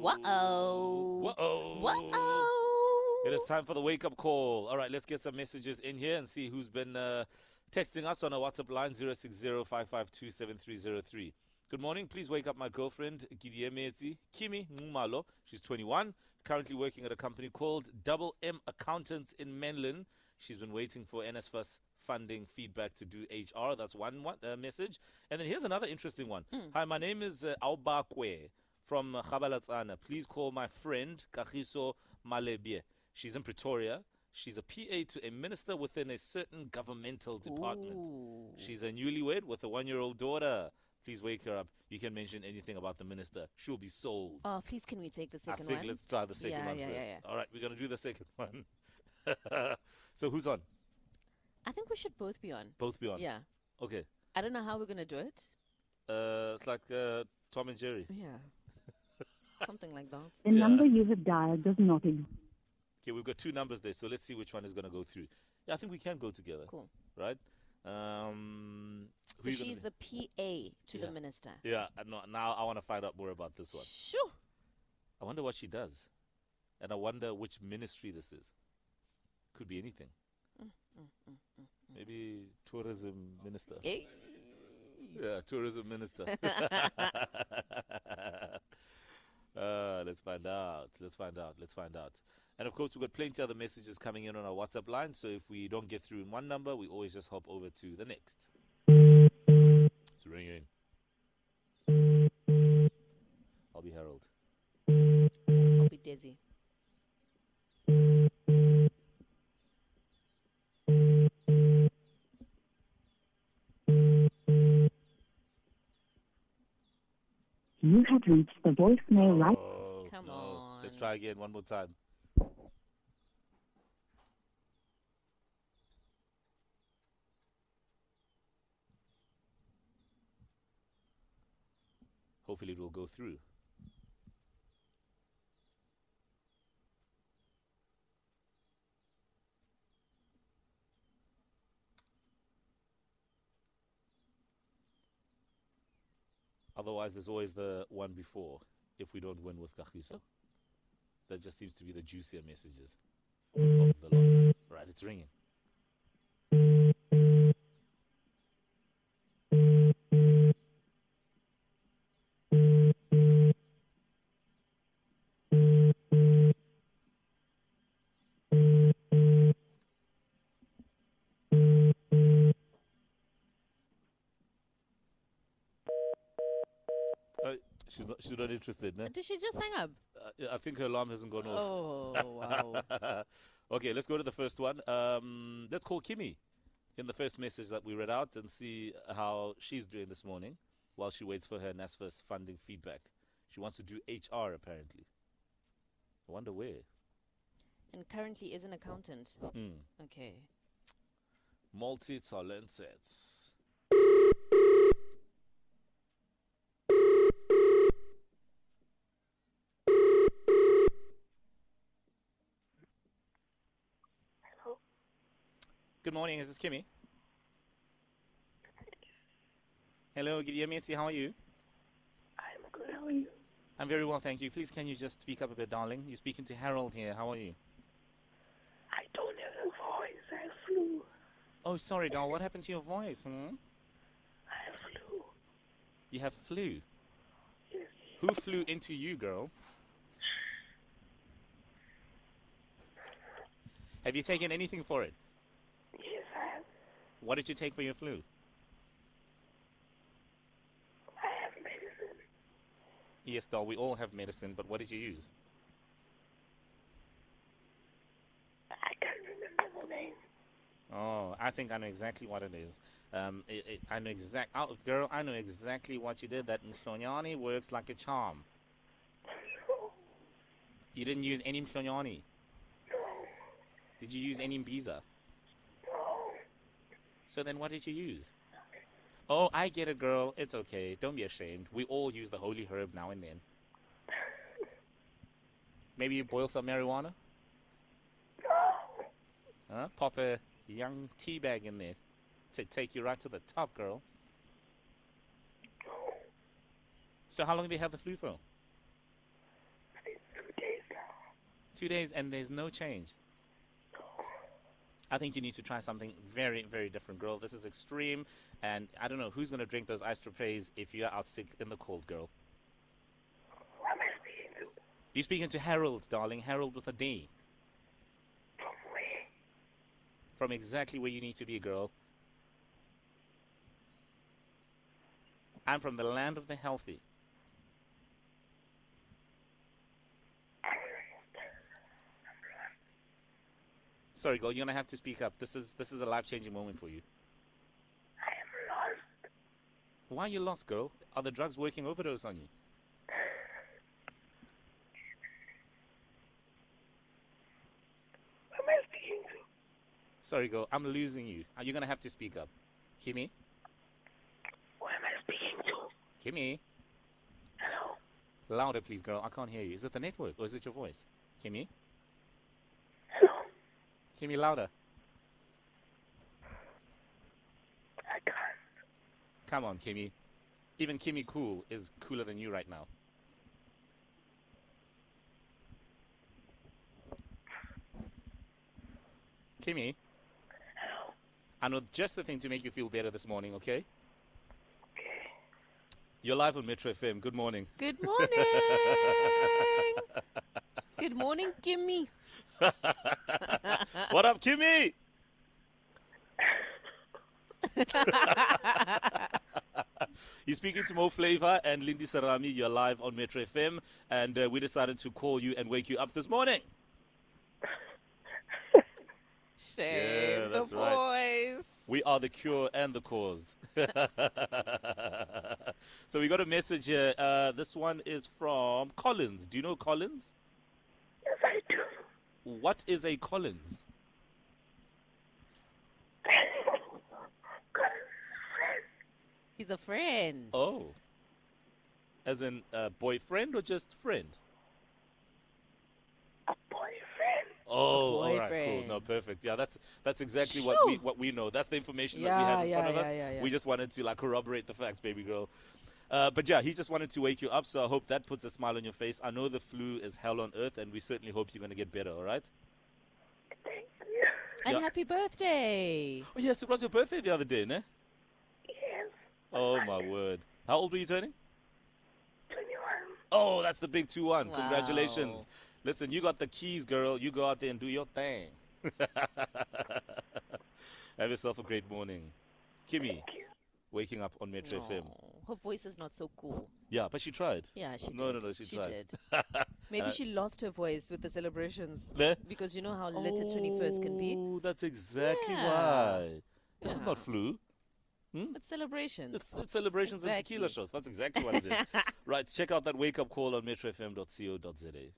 Whoa. Whoa. Whoa. It is time for the wake up call. All right, let's get some messages in here and see who's been uh, texting us on our WhatsApp line 060 Good morning. Please wake up my girlfriend, Gidiemezi Kimi Ngumalo. She's 21, currently working at a company called Double M Accountants in Menlyn. She's been waiting for NSFAS funding feedback to do HR. That's one, one uh, message. And then here's another interesting one. Hi, my name is uh, Aubakwe from uh, Khabalatsana. Please call my friend Kagiso Malebie. She's in Pretoria. She's a PA to a minister within a certain governmental department. Ooh. She's a newlywed with a one-year-old daughter. Please wake her up. You can mention anything about the minister. She'll be sold. Oh, please can we take the I second think one? let's try the second Yeah, one yeah, first. yeah, All right, we're gonna do the second one. so who's on? I think we should both be on. Both be on. Yeah. Okay. I don't know how we're going to do it. Uh, it's like uh, Tom and Jerry. Yeah. Something like that. The number you have dialed does not exist. Okay, we've got two numbers there, so let's see which one is gonna go through. Yeah, I think we can go together. Cool. Right? Um, who So you gonna she's be- the PA to Yeah. the minister. Yeah. I know now I want to find out more about this one. Shoo. I wonder what she does. And I wonder which ministry this is. Could be anything. Maybe tourism minister. Eh? Yeah, tourism minister. uh, let's find out. Let's find out. Let's find out. And of course, we've got plenty other messages coming in on our WhatsApp line. So if we don't get through in one number, we always just hop over to the next. It's ringing. I'll be Harold. I'll be Desi. You have reached the voicemail right. Oh, Come no. Let's on. try again one more time. Hopefully, it will go through. Otherwise, there's always the one before if we don't win with Kagiso. That just seems to be the juicier messages of the lot. Right, it's ringing. Oh, she's not, she's not interested, no? Did she just hang up? Uh, I think her alarm hasn't gone off. Oh, wow. okay, let's go to the first one. Um, let's call Kimmy in the first message that we read out and see how she's doing this morning while she waits for her NASFAS funding feedback. She wants to do HR, apparently. I wonder where. Hmm. and currently is an accountant. Okay. Multi talented. Hello. Good morning, is this Kimmy? Hello, Gideon how are you? I'm good. How are you? I'm very well, thank you. Please, can you just speak up a bit, darling? You're speaking to Harold here. How are you? I don't have a voice. I have flu. Oh, sorry, doll. What happened to your voice? Hmm? I have flu. You have flu. Yes. Who flew into you, girl? Have you taken anything for it? Yes, I have. What did you take for your flu? I have medicine. Yes, doll, we all have medicine, but what did you use? I can't remember the name. Oh, I think I know exactly what it is. Um, it, it, I know exact. Oh, girl, I know exactly what you did. That mhlonyani works like a charm. No. You didn't use any mhlonyani. No. Did you use any mbiza? No. So then what did you use? Oh, I get it, girl. It's okay. Don't be ashamed. We all use the holy herb now and then. Maybe you boil some marijuana? No. Huh? Pop a young tea bag in there to take you right to the top, girl. No. So how long have you had the flu for? Two days and there's no change. I think you need to try something very, very different, girl. This is extreme, and I don't know who's going to drink those ice trapees if you're out sick in the cold, girl. Who am I speaking to? You're speaking to Harold, darling. Harold with a D. From where? From exactly where you need to be, girl. I'm from the land of the healthy. Sorry, girl, you're gonna have to speak up. This is this is a life changing moment for you. I am lost. Why are you lost, girl? Are the drugs working overdose on you? Who am I speaking to? Sorry, girl, I'm losing you. Are you gonna have to speak up? Kimmy, Who am I speaking to? Kimmy, Hello? louder, please, girl. I can't hear you. Is it the network or is it your voice? Kimmy, Hello? Kimmy, louder. I can't. Come on, Kimmy. Even Kimmy Cool is cooler than you right now. Kimmy, Hello? I know just the thing to make you feel better this morning, okay? Okay. You're live on Metro FM. Good morning. Good morning. Good morning, Kimmy. What up, Kimmy? You're speaking to Mo Flavor and Lindy Sarami. You're live on Metro FM, and uh, we decided to call you and wake you up this morning. Shave Yeah, the that's right. voice. We are the cure and the cause. so we got a message here. Uh, this one is from Collins. Do you know Collins? Yes, I do. What is a Collins? Got a friend. He's a friend. Oh. As in uh, boyfriend or just friend? A boyfriend. Oh, all right, cool. No, Boyfriend. perfect. Yeah, that's that's exactly what we Shoo. what we know. That's the information that we have Yeah, in yeah, front of us. yeah, yeah, yeah. We just wanted to like corroborate the facts, baby girl. Uh, but yeah, he just wanted to wake you up, so I hope that puts a smile on your face. I know the flu is hell on earth, and we certainly hope you're going to get better. All right. Thank you. and yeah. happy birthday. Oh yes, it was your birthday the other day, ne? Yes. Oh my word! How old were you turning? 21. Oh, that's the big two one. Wow. Congratulations! Listen, you got the keys, girl. You go out there and do your thing. have yourself a great morning, Kimmy. Thank you. Waking up on Metro FM. Aw, Her voice is not so cool. Yeah, but she tried. Yeah, she No, did. no, Uh, no, she tried. did. Maybe she lost her voice with the celebrations. There. Because you know how lit a 21st can be. Oh, that's exactly Yeah. why. This is not Yeah. flu. It's celebrations. Oh. It's, it's celebrations and tequila Exactly. shots. That's exactly what it is. right, check out that wake up call on metrofm.co.za.